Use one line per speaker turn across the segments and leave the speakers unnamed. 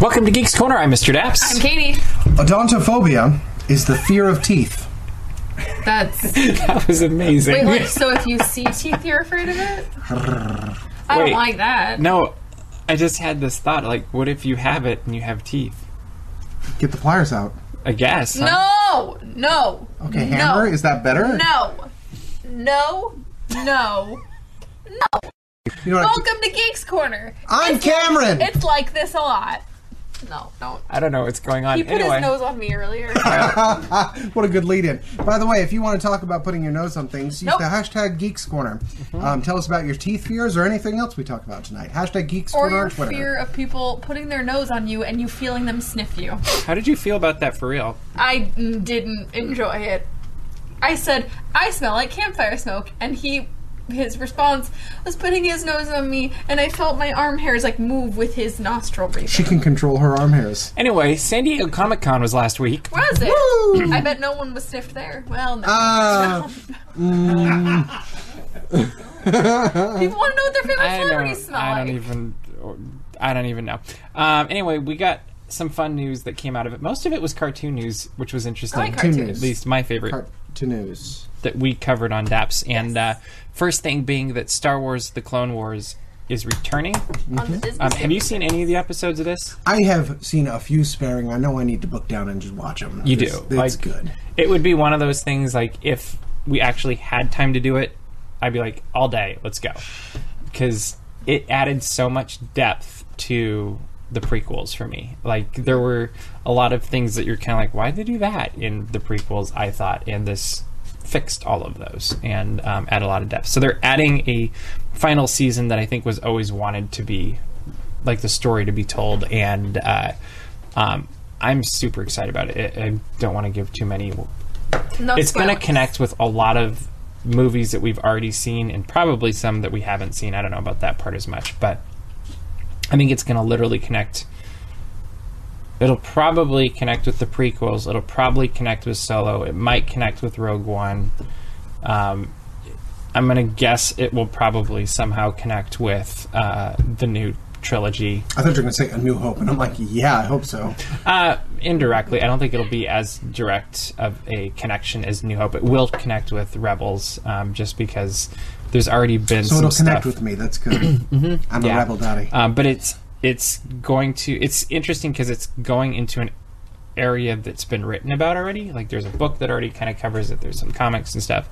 Welcome to Geeks Corner. I'm Mr. Daps.
I'm Katie.
Odontophobia is the fear of teeth.
That's
that was amazing.
wait. Like, so if you see teeth, you refer to it. I don't
Wait.
like that.
no, I just had this thought. Like, what if you have it and you have teeth?
Get the pliers out.
I guess. huh?
No, no,
Okay, hammer,
No.
is that better?
no, no, no.
You know what?
Welcome to Geeks Corner.
I'm Cameron!
It's like this a lot. No, don't.
I don't know what's going on.
He put
anyway,
his nose on me earlier.
What a good lead in. By the way, if you want to talk about putting your nose on things, use
Nope. Mm-hmm.
the hashtag Geeks Corner. Um, tell us about your teeth fears or anything else we talk about tonight. Hashtag Geeks
or
Corner
your
on Twitter.
fear of people putting their nose on you and you feeling them sniff you.
how did you feel about that for real?
I didn't enjoy it. I said, I smell like campfire smoke, and he his response was putting his nose on me and I felt my arm hairs like move with his nostril breathing.
She can control her arm hairs.
Anyway, San Diego Comic Con was last week.
Was it? I bet no one was sniffed there. Well no.
Uh, mm.
People want to know what their favorite
I
celebrities
don't.
smell
I
like.
don't even. or- I don't even know. Um, anyway, we got some fun news that came out of it. Most of it was cartoon news, which was interesting.
like
two
cartoons.
news.
At least my favorite
Part to news.
that we covered on DAPS. And uh, first thing being that Star Wars: The Clone Wars is returning.
on the Disney
Um, have you
Channel.
seen any of the episodes of this?
I have seen a few sparing. I know I need to book down and just watch them.
You do.
It's, it's
Like-
good.
It would be one of those things like if we actually had time to do it, I'd be like all day, let's go, because it added so much depth to the prequels for me. Like there were a lot of things that you're kind of like, why did they do that in the prequels? I thought, and this fixed all of those and um, add a lot of depth. So they're adding a final season that I think was always wanted to be like the story to be told and uh, um, i'm super excited about it i, I don't want to give too many
No
it's going to
spoilers.
connect with a lot of movies that we've already seen and probably some that we haven't seen i don't know about that part as much but i think it's going to literally connect it'll probably connect with the prequels it'll probably connect with solo it might connect with rogue one um, i'm going to guess it will probably somehow connect with uh, the new trilogy
I thought you were going to say A New Hope, and I'm like, yeah, I hope so.
Uh, indirectly, I don't think it'll be as direct of a connection as New Hope. It will connect with Rebels, um, just because there's already been
So
some
it'll connect
stuff. Mm-hmm.
with me. That's good. I'm a
Yeah.
rebel daddy.
Um, but it's it's going to it's interesting because it's going into an area that's been written about already. Like there's a book that already kind of covers it. There's some comics and stuff.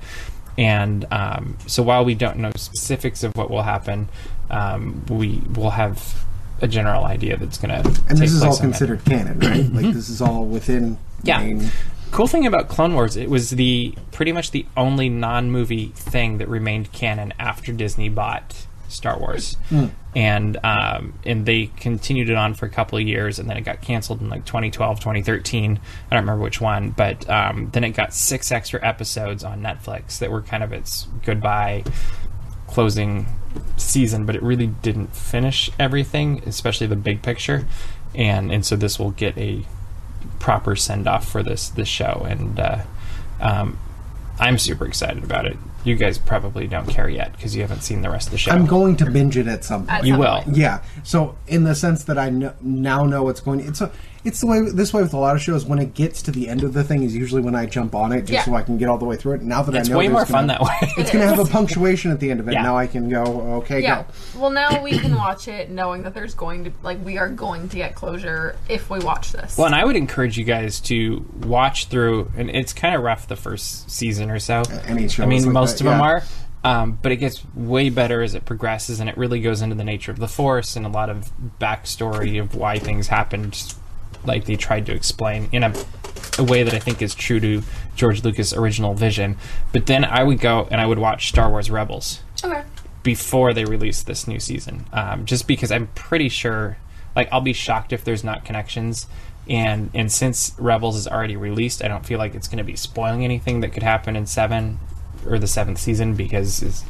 And um, so while we don't know specifics of what will happen, um, we will have a general idea that's going to.
and this is all considered canon, right? like this is all within.
Mm-hmm. Yeah.
main-
Cool thing about Clone Wars, it was the pretty much the only non-movie thing that remained canon after Disney bought Star Wars, and um, and they continued it on for a couple of years, and then it got canceled in like 2012, 2013. I don't remember which one, but um, then it got six extra episodes on Netflix that were kind of its goodbye closing season, but it really didn't finish everything, especially the big picture, and and so this will get a proper send off for this this show, and uh, um, I'm super excited about it. You guys probably don't care yet because you haven't seen the rest of the show.
I'm going to binge it at some point.
At
you
some
will.
point.
yeah. So in the sense that I kn- now know what's going. It's a, it's the way this way with a lot of shows. When it gets to the end of the thing, is usually when I jump on it just
Yeah.
so I can get all the way through it. Now that
It's
I know
way
there's
more
gonna-
fun that way.
It's going to have a punctuation at the end of it.
Yeah.
Now I can go. Okay,
Yeah.
go.
Well, now we can watch it knowing that there's going to like we are going to get closure if we watch this.
Well, and I would encourage you guys to watch through, and it's kind of rough the first season or so.
any show
I
is
mean,
like
most
that,
of them
yeah.
are, um, but it gets way better as it progresses, and it really goes into the nature of the Force and a lot of backstory of why things happened, like they tried to explain in a, a way that I think is true to George Lucas' original vision. But then I would go and I would watch Star Wars Rebels
okay.
before they release this new season. Um, just because I'm pretty sure, like, I'll be shocked if there's not connections. And and since Rebels is already released, I don't feel like it's going to be spoiling anything that could happen in seven or the seventh season because it's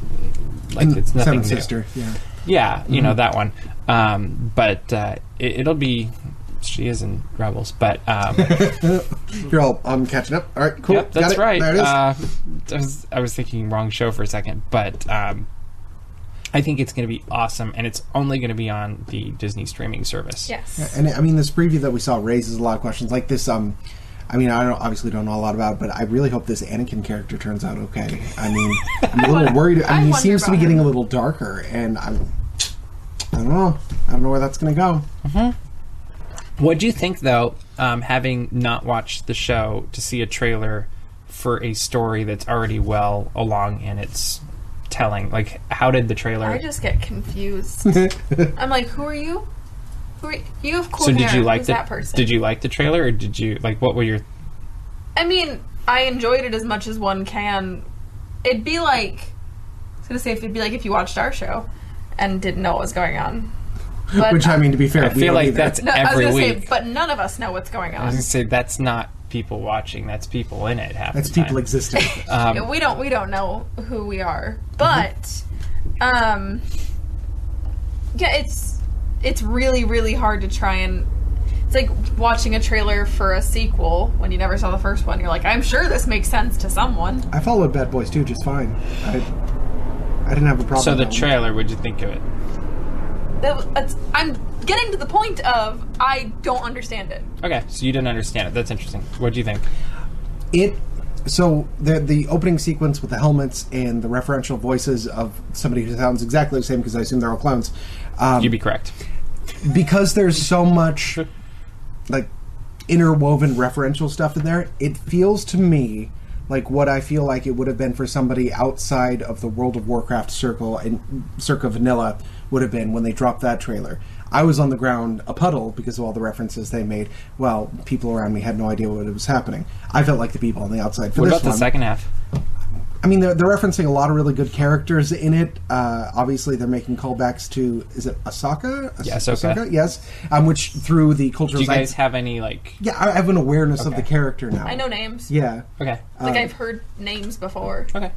like it's nothing
Seven
new.
Sister. Yeah.
Yeah, you know that one. Um, but uh, it, it'll be she is in Rebels, but um,
You're all. I'm catching um, up. All right. Cool.
Yep, that's
Got it.
right.
There it is.
Uh, I was I was thinking wrong show for a second, but um, I think it's going to be awesome, and it's only going to be on the Disney streaming service.
Yes.
And I mean, this preview that we saw raises a lot of questions. Like this, um, I mean, I don't, obviously don't know a lot about, it, but I really hope this Anakin character turns out okay. I mean, I'm a little worried. I
I
mean, he
wonder
seems to be
about
getting
him.
a little darker, and I'm, I don't know. I don't know where that's going to go.
What do you think, though, um, having not watched the show to see a trailer for a story that's already well along in its telling? Like, how did the
I
trailer?
just get confused. I'm like, who are you? Who are you? you have cool
so
hair.
did you like
Who's
the
that person?
did you like the trailer or did you like what were your
I mean, I enjoyed it as much as one can. It'd be like I was gonna say it'd be like if you watched our show and didn't know what was going on. But
Which I mean, to be fair,
I
we
feel
don't
like
either.
that's
no, I was
every
gonna
week.
say, but none of us know what's going
I was
on.
gonna say that's not people watching. That's people in it. Half
that's
the time.
people existing.
Um,
we don't we don't know who we are, but um, yeah, it's it's really really hard to try and. It's like watching a trailer for a sequel when you never saw the first one. You're like, I'm sure this makes sense to someone.
I followed Bad Boys too, just fine. I, I didn't have a problem.
so the
with that one.
trailer. What'd you think of it?
That was, that's, I'm getting to the point of I don't understand it.
Okay, so you didn't understand it. That's interesting. What do you think?
it so the the opening sequence with the helmets and the referential voices of somebody who sounds exactly the same because I assume they're all clones. Um,
You'd be correct.
because there's so much like interwoven referential stuff in there, it feels to me like what I feel like it would have been for somebody outside of the World of Warcraft circle and circa vanilla would have been when they dropped that trailer. I was on the ground a puddle because of all the references they made. Well, people around me had no idea what was happening. I felt like the people on the outside for
What
this
about the
one.
second half?
I mean, they're, they're referencing a lot of really good characters in it. Uh, obviously, they're making callbacks to is it Asaka? As-
Yeah, Ahsoka.
Yes, um, which through the cultural
Do you
zeitgeist-
guys have any like?
yeah, I I have an awareness of
Okay.
the character now.
I know names.
Yeah, uh,
Okay.
Like I've heard names before.
Okay.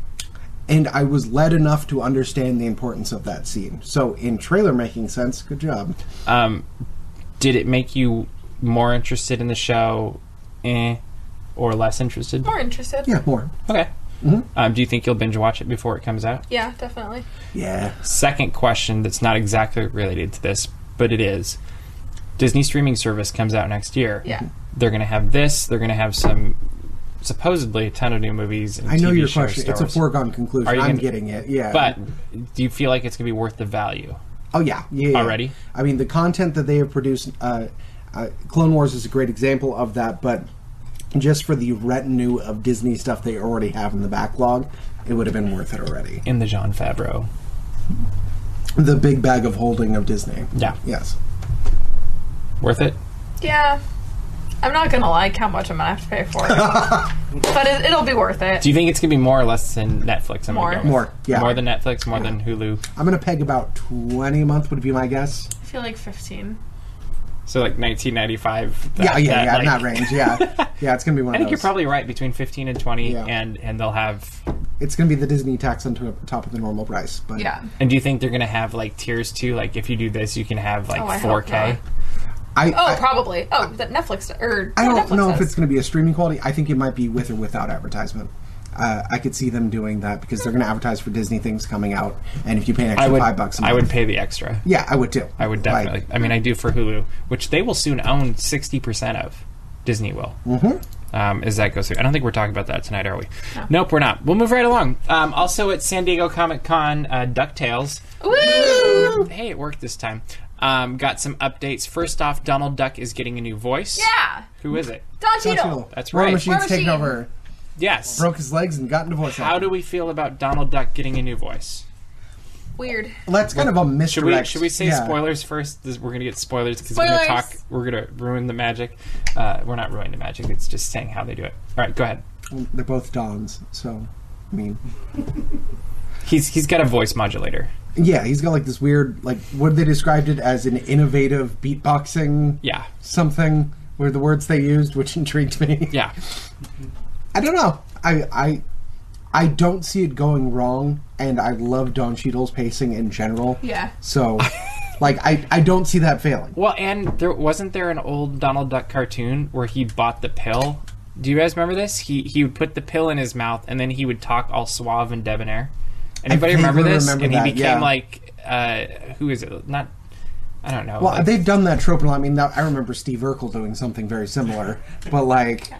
and I was led enough to understand the importance of that scene. So, in trailer making sense, good job.
Um, did it make you more interested in the show, eh, or less interested?
More interested.
Yeah, more.
Okay.
Mm-hmm.
Um, do you think you'll binge watch it before it comes out?
Yeah, definitely.
Yeah,
Second question that's not exactly related to this, but it is. Disney streaming service comes out next year.
Yeah.
They're going to have this. They're going to have some, supposedly a ton of new movies. And
I know
TV
your
shows,
question.
Star
It's a
Wars.
foregone conclusion.
Are
I'm
you gonna-
getting it. Yeah,
But do you feel like it's going to be worth the value?
Oh yeah, yeah. yeah.
Already?
I mean, the content that they have produced, uh, uh, Clone Wars is a great example of that. But just for the retinue of Disney stuff they already have in the backlog, it would have been worth it already.
In the Jean Favreau.
The big bag of holding of Disney.
Yeah.
Yes.
Worth it?
Yeah. I'm not gonna like how much I'm gonna have to pay for it, but it, it'll be worth it.
Do you think it's going to be more or less than Netflix? I'm gonna
More.
go with?
More, yeah.
More than Netflix, more than Hulu.
I'm gonna peg about twenty a month would be my guess.
I feel like 15.
So like 1995. that-
yeah, yeah,
that,
yeah.
like-
in that range. Yeah, yeah. It's gonna be one.
I
of
think you're
those.
probably right between 15 and 20,
Yeah.
and and they'll have.
It's gonna be the Disney tax on to- top of the normal price. But
Yeah.
And do you think they're going to have like tiers too? Like if you do this, you can have like
Oh, I hope
4K.
not.
I,
Oh,
I,
probably. Oh, that Netflix or
I don't
Netflix
know if
does.
it's going to be a streaming quality. I think it might be with or without advertisement. Uh, I could see them doing that because they're going to advertise for Disney things coming out, and if you pay an extra
I would.
five bucks, a
I
month-
would pay the extra.
Yeah, I would too.
I would
Like,
definitely. I mean, I do for Hulu, which they will soon own 60% of. Disney will. Mm-hmm. Um, as that goes through. I don't think we're talking about that tonight, are we? Nope, we're not. We'll move right along. Um, also, at San Diego Comic Con, uh, DuckTales.
Woo!
Hey, it worked this time. Um, got some updates. First off, Donald Duck is getting a new voice.
Yeah.
Who is it?
Don
Don
Cheadle.
Cheadle.
That's
War
right.
Machine's
War
taken
Machine.
over,
Yes.
broke his legs, and got into voice
How
acting.
do we feel about Donald Duck getting a new voice?
Weird.
Well, that's kind of a
Should we,
misdirect.
should we say
Yeah.
spoilers first? This, we're going to get spoilers because we're going to
Spoilers.
talk. We're going to ruin the magic. Uh, we're not ruining the magic. It's just saying how they do it. All right, go ahead.
They're both Dons, so I mean,
He's he's got a voice modulator.
yeah, he's got like this weird, like what they described it as an innovative beatboxing
Yeah,
something. Were the words they used, which intrigued me.
yeah.
I don't know. I I I don't see it going wrong, and I love Don Cheadle's pacing in general.
Yeah.
So, like, I I don't see that failing.
Well, and there wasn't there an old Donald Duck cartoon where he bought the pill. Do you guys remember this? He he would put the pill in his mouth and then he would talk all suave and debonair. Anybody
vaguely
remember this?
remember
and
that,
he became
yeah.
like uh, who is it? Not I don't know.
Well,
like-
they've done that trope. a lot. I mean, now- I remember Steve Urkel doing something very similar, but like,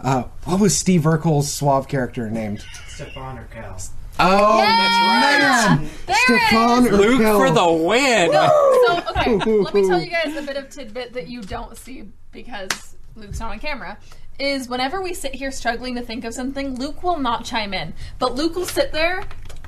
uh, what was Steve Urkel's suave character named?
Stefan or Cal.
Oh,
Yeah! There it is!
Stefan
Luke
Urkel.
for the win.
So, okay, let me tell you guys a bit of tidbit that you don't see because Luke's not on camera. Is whenever we sit here struggling to think of something, Luke will not chime in. But Luke will sit there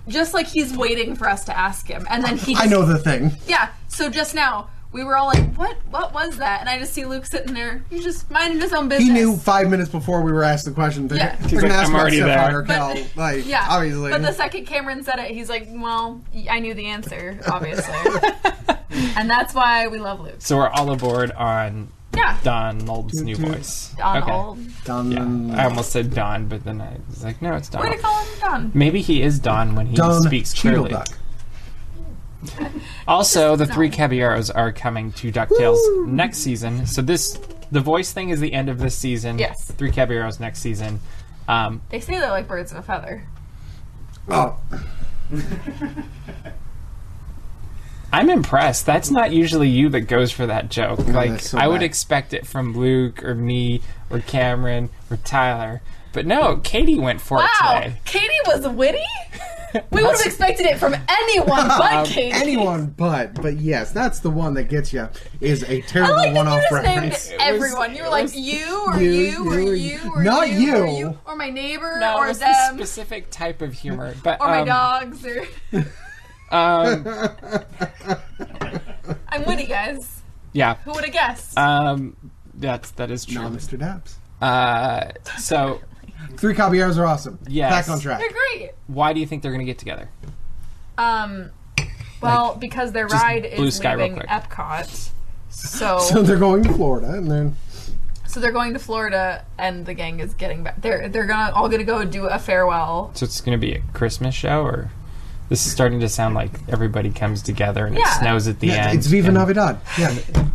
just like he's waiting for us to ask him. And then he just,
I know the thing.
Yeah, so just now, we were all like, what What was that? And I just see Luke sitting there, he's just minding his own business.
He knew five minutes before we were asked the question. They're,
Yeah.
they're gonna
like,
ask
I'm
about
already
Stefan
there.
Urkel. like,
Yeah,
obviously.
But the second Cameron said it, he's like, "Well, y- I knew the answer, obviously," and that's why we love Luke.
So we're all aboard on
Yeah,
Donald's new
Mm-hmm.
voice.
Donald.
Don,
Yeah. I almost said Don, but then I was like, no, it's
We're gonna
Donald.
call him Don.
Maybe he is Don when he
Don
speaks
Cheadle
clearly.
Duck.
Also, the three Caballeros are coming to DuckTales next season. So this, the voice thing is the end of this season.
Yes.
Three Caballeros next season. Um,
They say they're like birds of a feather.
Oh,
I'm impressed. That's not usually you that goes for that joke. like
that's so
I would
bad.
expect it from Luke or me or Cameron or Tyler. But no, Katie went for
Wow,
it today.
Katie was witty. We would have expected it from anyone but Katie.
Um, anyone but, but yes, that's the one that gets you. Is a
I
terrible
like that
one-off
you just named
reference.
everyone. You were like you or
you,
you, or
you,
you,
you.
or
Not
you, or
you.
or my neighbor
No, it
or
was
them
a specific type of humor. But
or my
um,
dogs or
um,
I'm witty, guys.
yeah,
Who would have guessed?
um, that's that is
No,
true.
Mr. Daps.
Uh, so
Three Caballeros are awesome.
Yes.
Back on track.
they're great.
why do you think they're going to get together?
Um, well, because their
just
ride
blue
is
sky real
leaving
quick.
Epcot, so,
So
so
they're going to Florida, and then
they're going to Florida, and the gang is getting back. They're they're gonna all gonna go do a farewell.
So it's going to be a Christmas show, or this is starting to sound like everybody comes together and
Yeah.
it snows at the
yeah,
end.
it's Viva
and-
Navidad. Yeah.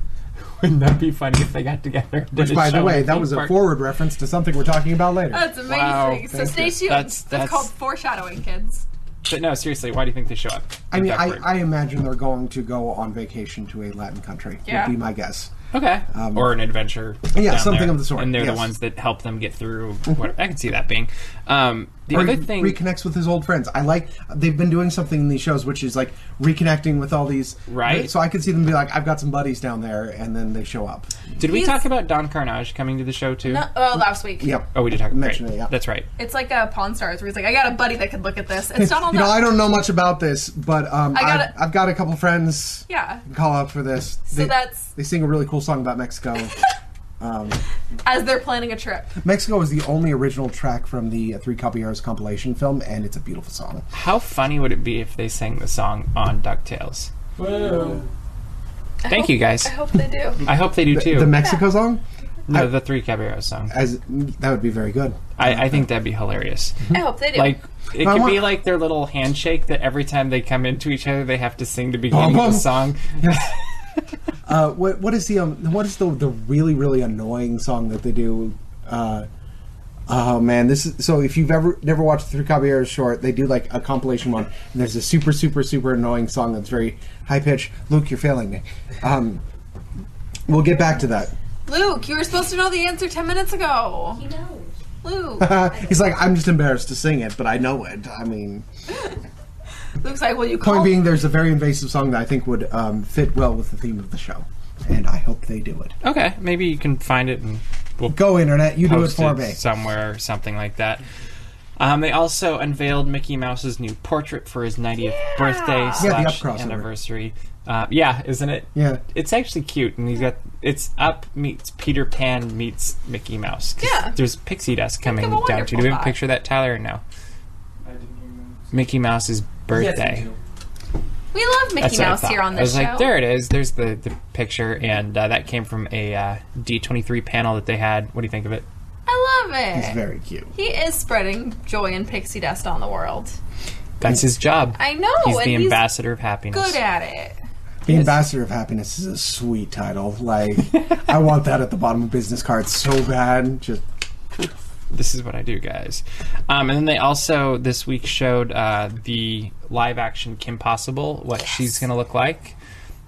Wouldn't that be funny if they got together?
Which, by the way, that was a
four.
forward reference to something we're talking about later.
That's amazing.
Wow,
so
thank
stay
you.
tuned.
That's-
That's,
that's-
called foreshadowing, kids.
But no, seriously, why do you think they show up?
I mean,
Duck
I,
Bird.
I imagine they're going to go on vacation to a Latin country.
Yeah.
Would be my guess.
okay, or an adventure,
Um, Yeah,
down
something
there.
of the sort,
and they're
yes.
the ones that help them get through. What I can see that being. Um, the
Or
other
he
thing,
reconnects with his old friends. I like they've been doing something in these shows, which is like reconnecting with all these.
Right.
So I could see them be like, "I've got some buddies down there," and then they show up.
did we
He's-
talk about Don Carnage coming to the show too?
No, oh, last week.
Yep.
Oh, we did talk. Great.
Mention it, yeah.
That's right.
It's like a Pawn Stars where he's like, I got a buddy that could look at this. It's Donald
You know,
Duck.
I don't know much about this, but um,
I got
I've,
it.
I've got a couple friends
yeah.
call out for this.
So that's
they sing a really cool song about Mexico.
as they're planning a trip.
Mexico is the only original track from the uh, Three Caballeros compilation film, and it's a beautiful song.
How funny would it be if they sang the song on Ducktales? Thank you guys.
I hope they do.
I hope they do too.
The Mexico song,
no, the Three Caballeros song.
as that would be very good.
I, I think that'd be hilarious.
I hope they do.
Like it
I
could
want-
be like their little handshake that every time they come into each other, they have to sing the beginning
Bum,
of the
bum.
song.
Uh, what what is the um, what is the the really really annoying song that they do? Uh, oh man, this is so. If you've ever never watched the Three Caballeros short, they do like a compilation one. And there's a super super super annoying song that's very high pitched. Luke, you're failing me. Um, we'll get back to that.
Luke, you were supposed to know the answer ten minutes ago.
He knows.
Luke.
He's Uh, like, I'm just embarrassed to sing it, but I know it. I mean,
Luke's like, will you call
point being, there's a very invasive song that I think would um, fit well with the theme of the show, and I hope they do it.
Okay, maybe you can find it and we'll
Go internet, you do it
post
for
it
me.
somewhere or something like that. Um, they also unveiled Mickey Mouse's new portrait for his 90th birthday
the
slash
up crossover.
anniversary. Uh, yeah, isn't it?
Yeah.
it's actually cute, and he's got it's up meets Peter Pan meets Mickey Mouse. 'Cause
Yeah.
there's pixie dust coming
of a
down to. Do
wonderful
we have a
thought.
picture of that, Tyler? Or no,
I didn't even
Mickey Mouse's birthday.
We love Mickey
That's what I
Mouse
thought.
here on
I was
this show.
like, there it is. There's the, the picture, and uh, that came from a uh, D23 panel that they had. What do you think of it?
I love
It's
it.
very cute.
He is spreading joy and pixie dust on the world.
That's his job.
I know,
He's
Oh, and
the
he's
ambassador of happiness.
good at it.
The Ambassador of Happiness is a sweet title. Like, I want that at the bottom of business cards so bad. Just
this is what I do, guys. Um, and then they also this week showed uh, the live action Kim Possible, what she's going to look like.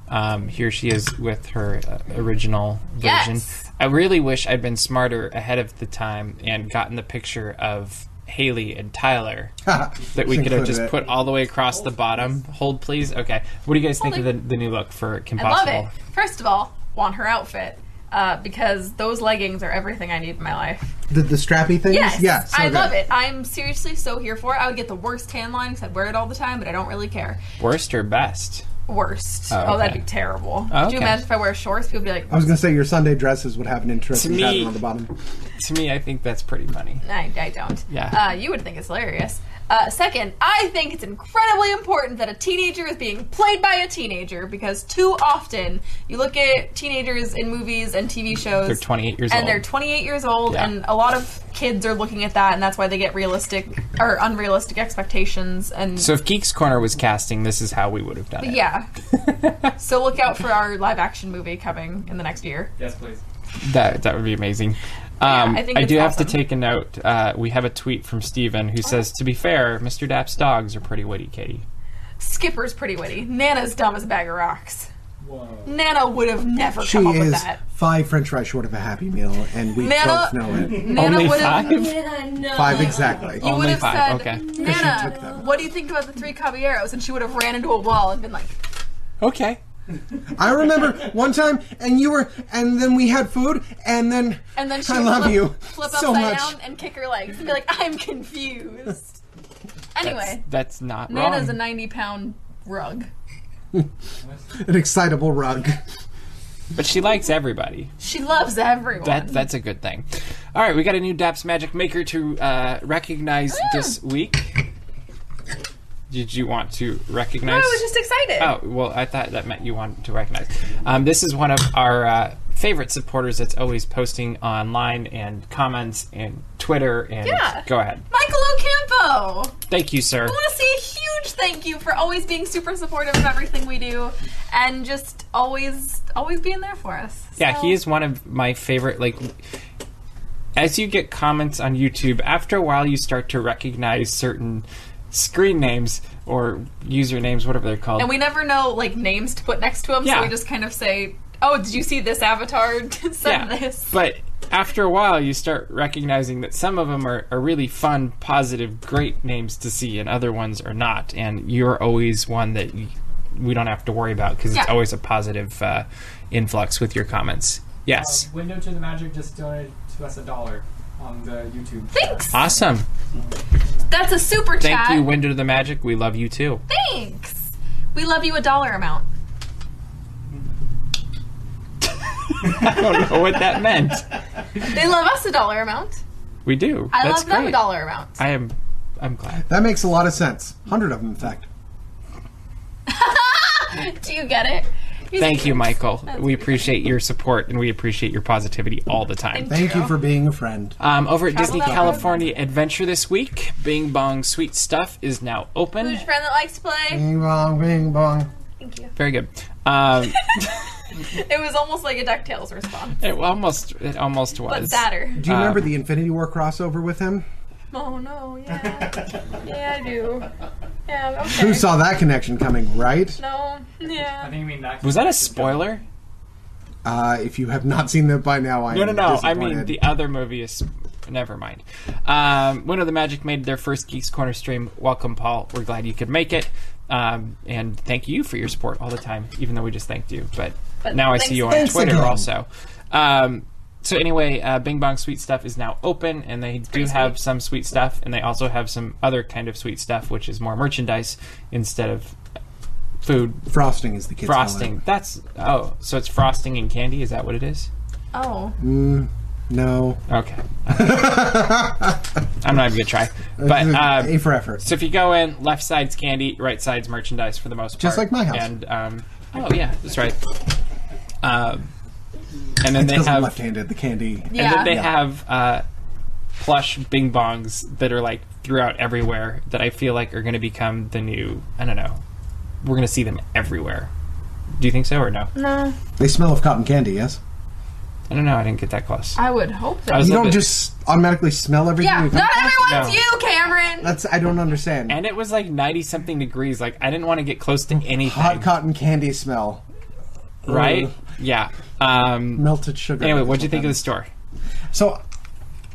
Um, here she is with her uh, original version.
Yes.
I really wish I'd been smarter ahead of the time and gotten the picture of Haley and Tyler that we
She
could have
included
just
it.
put all the way across the bottom. Hold, please. Okay. What do you guys think of the, the new look for Kim
I love
Possible?
it. First of all, want her outfit uh, because those leggings are everything I need in my life.
The, the strappy things?
Yes,
Yeah, so
I
good.
love it. I'm seriously so here for it. I would get the worst tan line because I wear it all the time, but I don't really care.
Worst or best?
Worst.
Oh,
Oh, that'd
okay.
be terrible.
Oh,
Could
okay.
you imagine if I wear shorts? People would be like,
I was going to say your Sunday dresses would have an interesting
To me-
pattern on the bottom.
To me, I think that's pretty funny.
I, I don't.
Yeah.
Uh, you would think it's hilarious. Uh, second, I think it's incredibly important that a teenager is being played by a teenager because too often you look at teenagers in movies and TV shows.
They're 28 years
and
old.
they're 28 years old,
Yeah.
and a lot of kids are looking at that, and that's why they get realistic or unrealistic expectations. And
so if Geeks Corner was casting, this is how we would have done it.
yeah, so look out for our live action movie coming in the next year.
Yes, please.
That that would be amazing. Um,
I
I,
think it's
do have
awesome.
to take a note. Uh, we have a tweet from Steven who says, "To be fair, Mr. Dapp's dogs are pretty witty, Katie."
Skipper's pretty witty. Nana's dumb as a bag of rocks.
Whoa.
Nana would have never
She
come up with
is
that.
five French fries short of a Happy Meal, and we
Nana-
both know it.
Nana
Only
would have
five.
Five exactly.
You would
Only
have
five,
said,
okay.
She took
Nana,
them.
what do you think about the three caballeros? And she would have ran into a wall and been like,
Okay.
I remember one time, and you were, and then we had food, and then,
and then she
I
would
love
flip,
you
flip upside
so much.
down and kick her legs and be like, I'm confused. Anyway,
That's not
Nana's a
wrong.
90 pound rug.
An excitable rug.
but she likes everybody.
She loves everyone.
That that's a good thing. All right, we got a new Dapp's Magic Maker to uh, recognize
Ah.
this week. Did you want to recognize?
I was just excited.
Oh, well, I thought that meant you wanted to recognize. Um, this is one of our uh, favorite supporters that's always posting online and comments and Twitter. And
Yeah.
go ahead.
Michael Ocampo!
Thank you, sir.
I want to say a huge thank you for always being super supportive of everything we do and just always always being there for us.
Yeah,
So-
he is one of my favorite. Like, as you get comments on YouTube, after a while, you start to recognize certain screen names or usernames, whatever they're called.
And we never know like names to put next to them, so
Yeah.
we just kind of say, "Oh, did you see this avatar? Send this."
But after a while, you start recognizing that some of them are, are really fun, positive, great names to see, and other ones are not. And you're always one that y we don't have to worry about because it's
Yeah.
always a positive uh, influx with your comments. Yes.
Uh, Window to the Magic just donated to us a dollar on the YouTube.
Thanks.
Awesome.
That's a super
Uh, Thank
chat.
you, Window to the Magic. We love you too.
Thanks. We love you a dollar amount.
I don't know what that meant.
They love us a dollar amount.
We do.
I
That's
love them a
great.
dollar amount.
I am. I'm glad.
That makes a lot of sense. Hundred of them, in fact.
Do you get it? He's
Thank you,
cute.
Michael. We appreciate your support and we appreciate your positivity all the time.
Thank
True.
you for being a friend.
Um, over at Disney
that way.
California Adventure this week, Bing Bong Sweet Stuff is now open.
Who's your friend that likes to play?
Bing bong, bing bong.
Thank you.
Very good. Um,
It was almost like a Ducktales response,
it almost it almost was.
but sadder.
Do you
Uh,
remember the Infinity War crossover with him?
Oh no, yeah, yeah, I do. Yeah, okay.
Who saw that connection coming, right?
no,
I
yeah.
think you mean that.
was that a spoiler?
Uh, if you have not seen that by now, I
No,
am
no, no. I
disappointed.
mean the other movie is. Never mind. Um, Window the Magic made their first Geeks Corner stream. Welcome, Paul. We're glad you could make it, um, and thank you for your support all the time. Even though we just thanked you, but,
But
now I
thanks-
see you on
Thanks
Twitter
again.
also. Um, so anyway, uh, Bing Bong Sweet Stuff is now open, and they do
pretty
have some sweet stuff, and they also have some other kind of sweet stuff, which is more merchandise instead of food
frosting is the kid's
frosting.
color.
That's oh, so it's frosting and candy. Is that what it is?
Oh,
No,
Okay. I'm not even gonna try. But
Uh, a
um,
for effort.
so if you go in, left side's candy, right side's merchandise for the most part.
Just like my house.
And um, oh yeah, that's right. Um, and then they
It's because I'm
have
left-handed. The candy.
and
yeah.
then they
Yeah.
have uh, plush Bing Bongs that are like throughout everywhere that I feel like are going to become the new. I don't know. We're going to see them everywhere. Do you think so or no?
no.
They smell of cotton candy. Yes.
I don't know. I didn't get that close.
I would hope that.
I was-
You
little
don't
bit.
just automatically smell everything.
yeah,
you
not
come
everyone's
across?
No.
you, Cameron.
That's I don't understand.
And it was like ninety something degrees. Like I didn't want to get close to anything.
Hot cotton candy smell,
right?
Ugh.
Mm. Yeah. Um,
melted sugar.
anyway, what'd you think of the store?
So,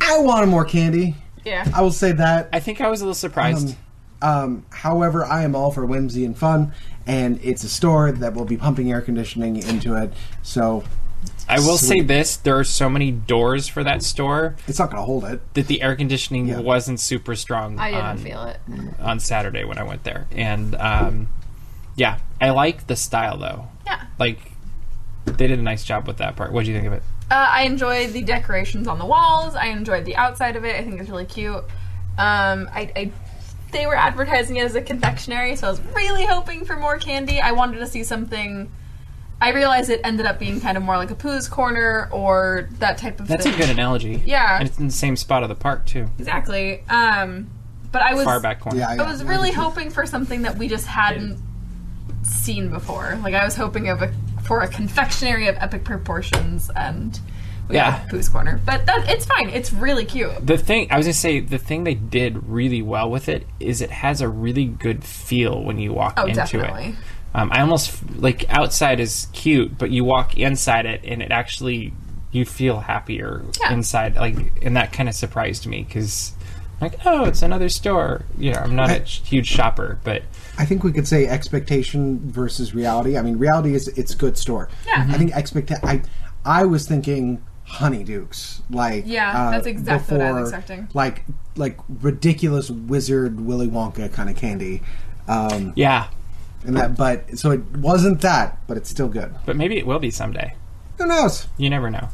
I wanted more candy.
yeah.
Uh,
I will say that.
I think I was a little surprised.
Um, um, however, I am all for whimsy and fun, and it's a store that will be pumping air conditioning into it, so
I will say
sweet.
this: there are so many doors for that store
it's not going to hold it.
that the air conditioning
Yeah.
wasn't super strong.
I didn't
on,
feel it.
on Saturday when I went there, and um, yeah, I like the style though.
Yeah.
Like they did a nice job with that part. What do you think of it?
Uh, I enjoyed the decorations on the walls. I enjoyed the outside of it. I think it's really cute. Um, I, I they were advertising it as a confectionery, so I was really hoping for more candy. I wanted to see something. I realized it ended up being kind of more like a Pooh's Corner or that type of
That's a
thing.
good analogy.
Yeah.
and it's in the same spot of the park too,
Exactly. Um, but I was
far back corner.
Yeah,
I was really hoping for something that we just hadn't seen before. Like I was hoping of a for a confectionery of epic proportions and we
Yeah.
got Pooh's Corner. But that, it's fine. It's really cute.
the thing I was gonna say the thing they did really well with it is it has a really good feel when you walk
Oh,
into it.
definitely.
Um, I almost like outside is cute, but you walk inside it and it actually you feel happier
Yeah.
inside. Like and that kind of surprised me because like oh it's another store. You know I'm not a
I-
huge shopper, but
I think we could say expectation versus reality. I mean, reality is it's a good store.
Yeah. Mhm.
I think expect. I I was thinking Honeydukes, like uh,
Yeah, that's exactly what I was expecting.
Like like ridiculous wizard Willy Wonka kind of candy, um,
yeah,
and that. But so it wasn't that, but it's still good.
but maybe it will be someday.
Who knows?
You never know.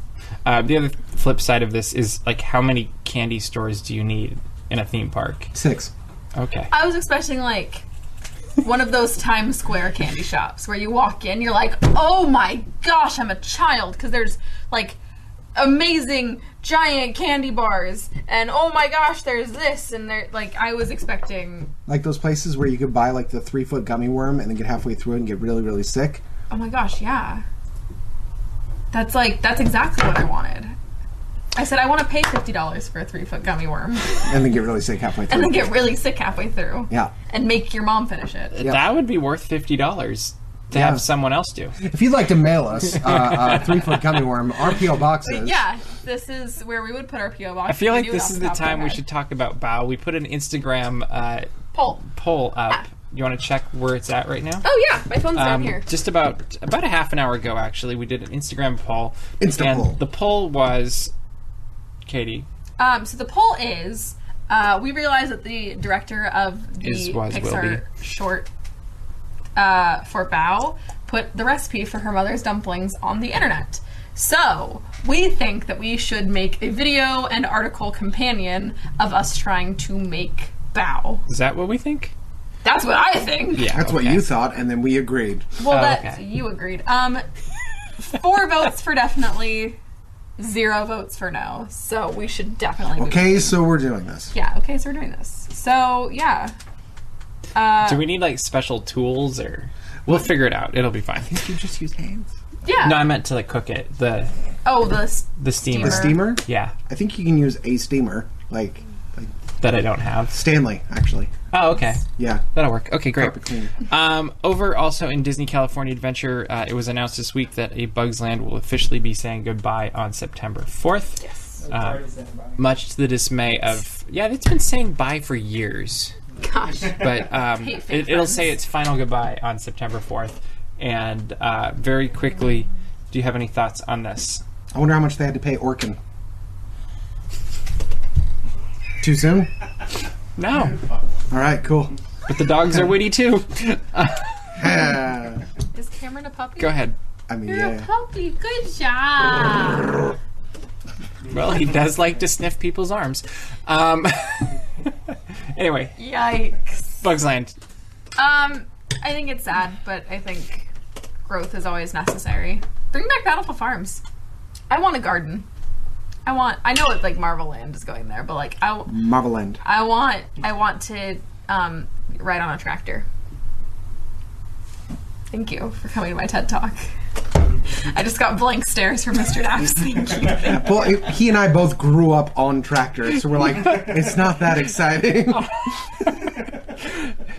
Uh, the other flip side of this is like how many candy stores do you need in a theme park?
Six.
Okay.
I was expecting like one of those Times Square candy shops where you walk in, you're like, oh my gosh, I'm a child because there's like amazing giant candy bars and oh my gosh, there's this and there like I was expecting.
Like those places where you could buy like the three foot gummy worm and then get halfway through it and get really really sick.
Oh my gosh, yeah. That's like that's exactly what I wanted. I said I want to pay fifty dollars for a three foot gummy worm
and then get really sick halfway
and
through.
then get really sick halfway through
yeah.
and make your mom finish it.
Yeah.
That would be worth fifty dollars to
Yeah.
have someone else do.
If you'd like to mail us uh, uh, three foot gummy worm, RPO boxes.
Yeah, this is where we would put our PO box.
I feel
We
like
do it
this
off
is
the
the
top of our
time we
head.
should talk about Bow. We put an Instagram uh,
poll.
poll up. You want to check where it's at right now?
Oh yeah, my phone's down
Um,
here.
just about about a half an hour ago, actually, we did an Instagram poll,
Insta
and
poll.
the poll was, Katie,
Um, so the poll is: uh, we realize that the director of the
Is, was, will
Pixar short uh, for Bao put the recipe for her mother's dumplings on the internet. So we think that we should make a video and article companion of us trying to make Bao.
is that what we think?
That's what I think.
Yeah,
That's what
okay.
you thought, and then we agreed.
Well,
Oh,
that
okay.
you agreed. Um, four votes for definitely, zero votes for no. So we should definitely. move
Okay, so we're doing this.
Yeah, okay, so we're doing this. So, yeah. Uh,
Do we need like special tools or? We'll figure it out. It'll be fine.
You just use hands.
yeah.
No, I meant to like cook it. The
oh, the s-
the steamer.
The steamer?
Yeah,
I think you can use a steamer, like like
that I don't have.
Stanley, actually.
Oh, okay.
Yeah.
That'll work. Okay, great.
Carpet cleaner.
Um, over also in Disney California Adventure, uh, it was announced this week that A Bug's Land will officially be saying goodbye on September 4th.
yes.
Uh,
Is anybody?
much to the dismay of, yeah, it's been saying bye for years,
Gosh.
but um,
Hate fake
it, it'll
friends.
say its final goodbye on September 4th. And uh, very quickly, do you have any thoughts on this?
I wonder how much they had to pay Orkin. Too soon?
No,
All right, cool.
but the dogs are witty too.
Ah,
Is Cameron a puppy?
Go ahead.
I mean,
You're a
yeah.
puppy. Good job.
Well, he does like to sniff people's arms. Um, anyway,
Yikes.
Bug's Land.
Um, I think it's sad, but I think growth is always necessary. Bring back Bountiful Farms. I want a garden. I want. I know it's like Marvel Land is going there, but like I, w-
Marvel End.
I want. I want to um, ride on a tractor. Thank you for coming to my TED talk. I just got blank stares from Mr. Daps. Thank you.
Well, it, he and I both grew up on tractors, so we're like, it's not that exciting.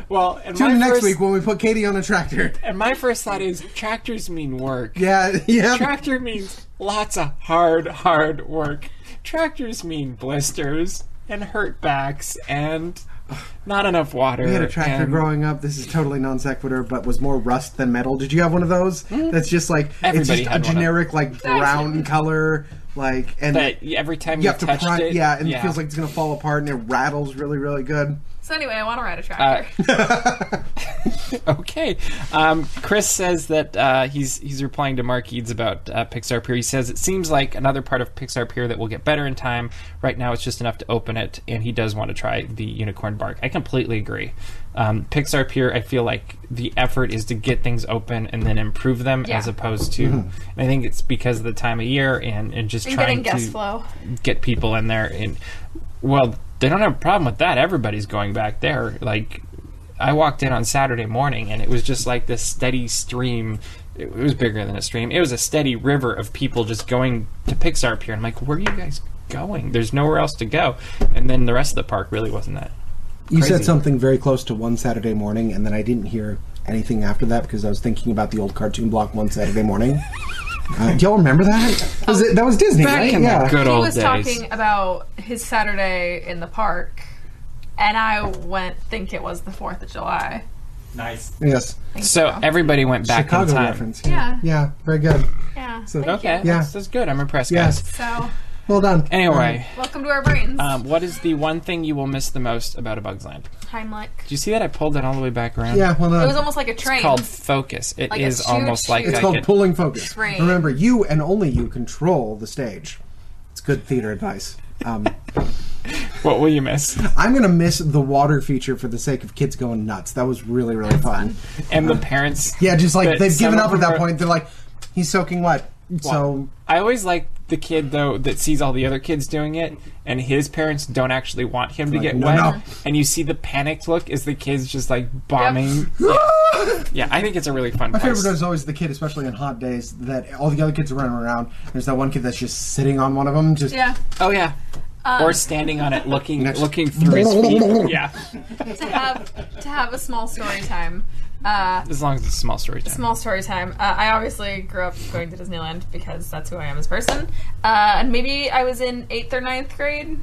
Well, and
Tune
my
in next
first,
week when we put Katie on a tractor.
And my first thought is tractors mean work.
Yeah, yeah.
Tractor means lots of hard, hard work. Tractors mean blisters and hurt backs and not enough water.
we had a tractor
and
growing up. This is totally non sequitur, but was more rust than metal. Did you have one of those? That's just like
Hmm? Everybody
it's just
had
a
one of-
generic like brown color, like and
That every time
you
you,
have to
touched
prime,
it,
yeah, and it feels like it's gonna fall apart, and it rattles really, really good.
So anyway, I want to ride a tractor.
Uh, okay. Um, Chris says that uh, he's he's replying to Mark Eads about uh, Pixar Pier. He says it seems like another part of Pixar Pier that will get better in time. Right now, it's just enough to open it, and he does want to try the unicorn bark. I completely agree. Um, Pixar Pier, I feel like the effort is to get things open and then improve them,
Yeah.
as opposed to. And I think it's because of the time of year and and just
and
trying
getting
to
guest flow.
get people in there and well they don't have a problem with that everybody's going back there like i walked in on saturday morning and it was just like this steady stream it was bigger than a stream it was a steady river of people just going to pixar pier and i'm like where are you guys going there's nowhere else to go and then the rest of the park really wasn't that
You said
Crazy.
something very close to one Saturday morning, and then I didn't hear anything after that because I was thinking about the old cartoon block one Saturday morning. Uh, do y'all remember that? Was it, that was Disney, right?
in the good
He
old
was
days
talking about his Saturday in the park, and I went think it was the Fourth of July.
Nice.
Yes.
Think
so everybody went back
Chicago
in time
reference.
Yeah.
Yeah. Very good.
yeah.
So-
thank
okay
you.
Yeah.
that's, that's good i'm impressed
Yes.
guys
So
Well done.
anyway
welcome to our brains.
um, what is the one thing you will miss the most about a bug's life
Heimlich.
Do you see that I pulled it all the way back around?
Yeah. Well
It was
done.
almost like a train.
It's called focus. It is
Like a huge
almost like,
shoot.
It's
like
called
it-
pulling focus.
Right.
Remember, you and only you control the stage. It's good theater advice. Um,
what will you miss?
I'm gonna miss the water feature for the sake of kids going nuts. That was really really fun.
And the parents.
Yeah, just like
But
they've
some
given
of
up at
them
that
are-
point. They're like, he's soaking wet. So
I always like the kid though that sees all the other kids doing it, and his parents don't actually want him to
Like,
get
no,
wet.
no.
And you see the panicked look as the kids just like bombing. Yeah, I think it's a really fun
My
place.
favorite is always the kid, especially on hot days, that all the other kids are running around. There's that one kid that's just sitting on one of them, just
Yeah.
Oh yeah.
Um,
or standing on it, looking looking through his feet. Yeah,
To have to have a small story time. Uh,
as long as it's a small story time.
small story time. Uh, I obviously grew up going to Disneyland because that's who I am as a person. Uh, and maybe I was in eighth or ninth grade,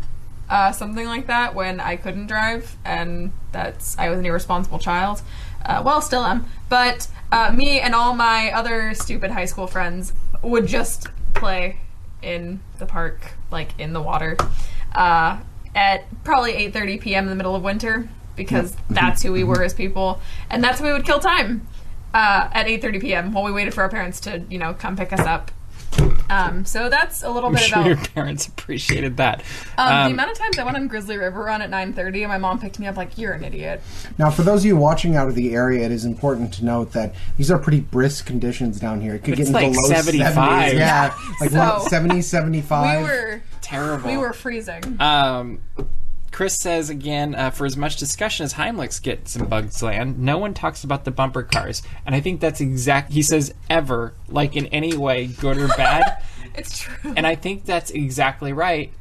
uh, something like that, when I couldn't drive, and that's I was an irresponsible child. Uh, well, still am. But uh, me and all my other stupid high school friends would just play in the park, like in the water, uh, at probably 8:30 p.m. in the middle of winter. Because that's who we were as people, and that's how we would kill time uh, at 8:30 p.m. while we waited for our parents to, you know, come pick us up. Um, so that's a little
I'm
bit
sure your
about
parents appreciated that.
um,
Um,
the amount of times I went on Grizzly River Run at 9:30 and my mom picked me up like, "You're an idiot."
Now, for those of you watching out of the area, it is important to note that these are pretty brisk conditions down here. It could
It's
get into
like
the low
75.
70s. Yeah, like
So-
low 70, 75.
We were
terrible.
we were freezing.
Um, Chris says again, uh, for as much discussion as Heimlich gets in Bugs Land, no one talks about the bumper cars, and I think that's exact. He says ever, like in any way, good or bad,
It's true.
and I think that's exactly right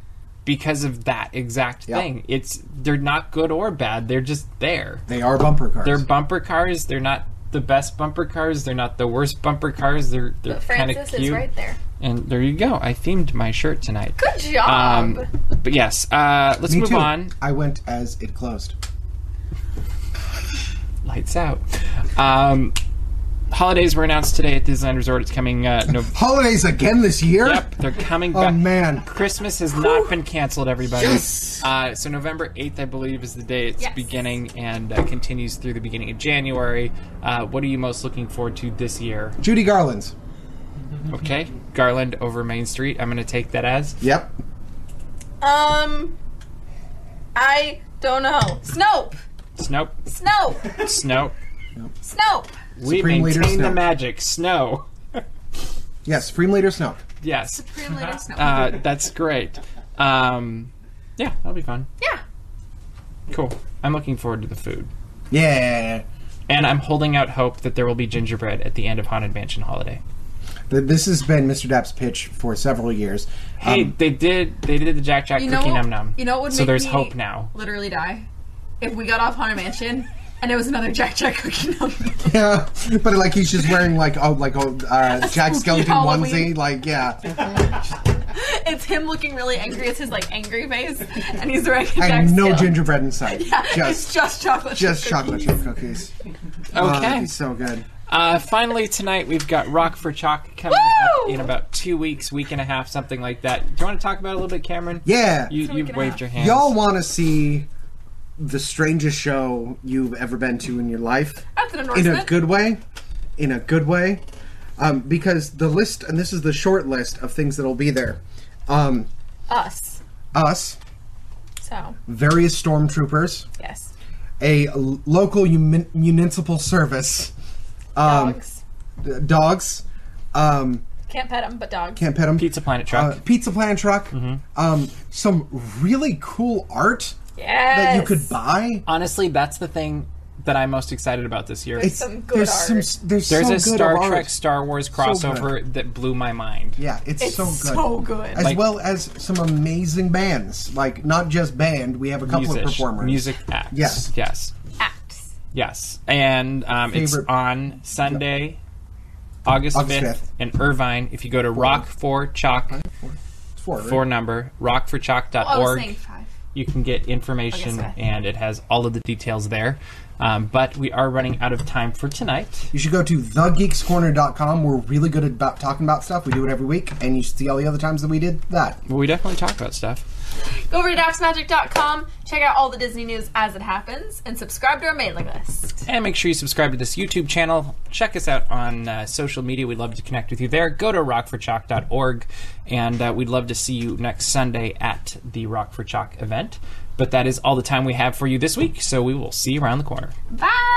because of that exact
Yeah.
thing. It's they're not good or bad; they're just there.
They are bumper cars.
They're bumper cars. They're not the best bumper cars. They're not the worst bumper cars. They're they're kind of cute.
there.
And there you go. I themed my shirt tonight.
Good job.
Um, but yes, uh, let's
Me
move
too.
on.
I went as it closed.
Lights out. Um, holidays were announced today at Disneyland Resort. It's coming. Uh, no-
Holidays again this year?
yep, they're coming
Oh,
back.
man.
Christmas has not been canceled, everybody.
Yes.
Uh, so November eighth, I believe, is the day it's
Yes.
beginning and uh, continues through the beginning of January. Uh, what are you most looking forward to this year?
Judy Garland's.
Okay, Garland over Main Street. I'm going to take that as
Yep.
um, I don't know. Snope,
Snow,
Snope,
Snow.
Snope.
We
Supreme Leader
maintain the
Snow.
magic, Snow.
Yes, Supreme Leader Snow.
Yes,
Supreme Leader Snope.
uh, that's great. Um, yeah, that'll be fun.
yeah.
Cool. I'm looking forward to the food.
Yeah.
And I'm holding out hope that there will be gingerbread at the end of Haunted Mansion Holiday.
Th- This has been Mr. Dapp's pitch for several years.
Hey,
Um,
they did. They did the Jack Jack
You know
cookie
what-
num num.
you know what would
So
make
there's
me-
hope now.
Literally die. If we got off Haunted Mansion and it was another Jack Jack cookie number.
yeah, but like he's just wearing like oh like a uh, Jack
Spooky
Skellington
Halloween.
onesie. Like yeah,
it's him looking really angry. It's his like angry face, and he's wearing a Jack
and no
Skell-
gingerbread in sight.
it's
just
just chocolate. chip
just chocolate
cookies.
chip cookies. Oh, that'd
Okay.
be so good.
Uh, finally tonight we've got Rock for Chalk coming up
Woo!
in about two weeks, week and a half, something like that. Do you want to talk about it a little bit, Cameron?
Yeah,
You
a
you
week and a
waved
half.
your hand.
y'all want to see the strangest show you've ever been to in your life?
That's an
in a
endorsement.
good way in a good way um, because the list and this is the short list of things that'll be there um,
Us.
us
So
various stormtroopers
yes,
a l- local mun- municipal service um,
dogs.
d- dogs um,
Can't pet them, but dogs.
can't pet them
Pizza Planet truck. Mm-hmm.
uh, pizza plan truck um, some really cool art
yes.
that you could buy
Honestly, that's the thing that I'm most excited about this year.
it's
some good
there's
art.
some s- there's,
There's
so
a
good of
Star
art.
Trek Star Wars
good.
crossover that blew my mind.
yeah it's,
It's
so good
So good.
as
Like-
well as some amazing bands. Like not just band, we have a couple
Music,
of performers.
music acts.
Yes.
yes,
Acts.
yes, and um, it's
Favorite-
on Sunday, August
August
fifth
5th.
in Irvine. If you go to Rock for Chalk
It's four, right?
four number
Oh, I was
rockforchalk.org,
saying five.
you can get information
Okay, sorry.
and it has all of the details there. Um, but we are running out of time for tonight.
You should go to thegeekscorner.com. We're really good at about talking about stuff. We do it every week, and you should see all the other times that we did that.
But we definitely talk about stuff.
Go over to dapsmagic.com, check out all the Disney news as it happens, and subscribe to our mailing list.
And make sure you subscribe to this YouTube channel. Check us out on uh, social media. We'd love to connect with you there. Go to rockforchalk.org, and uh, we'd love to see you next Sunday at the Rock for Chalk event. But that is all the time we have for you this week, so we will see you around the corner.
Bye!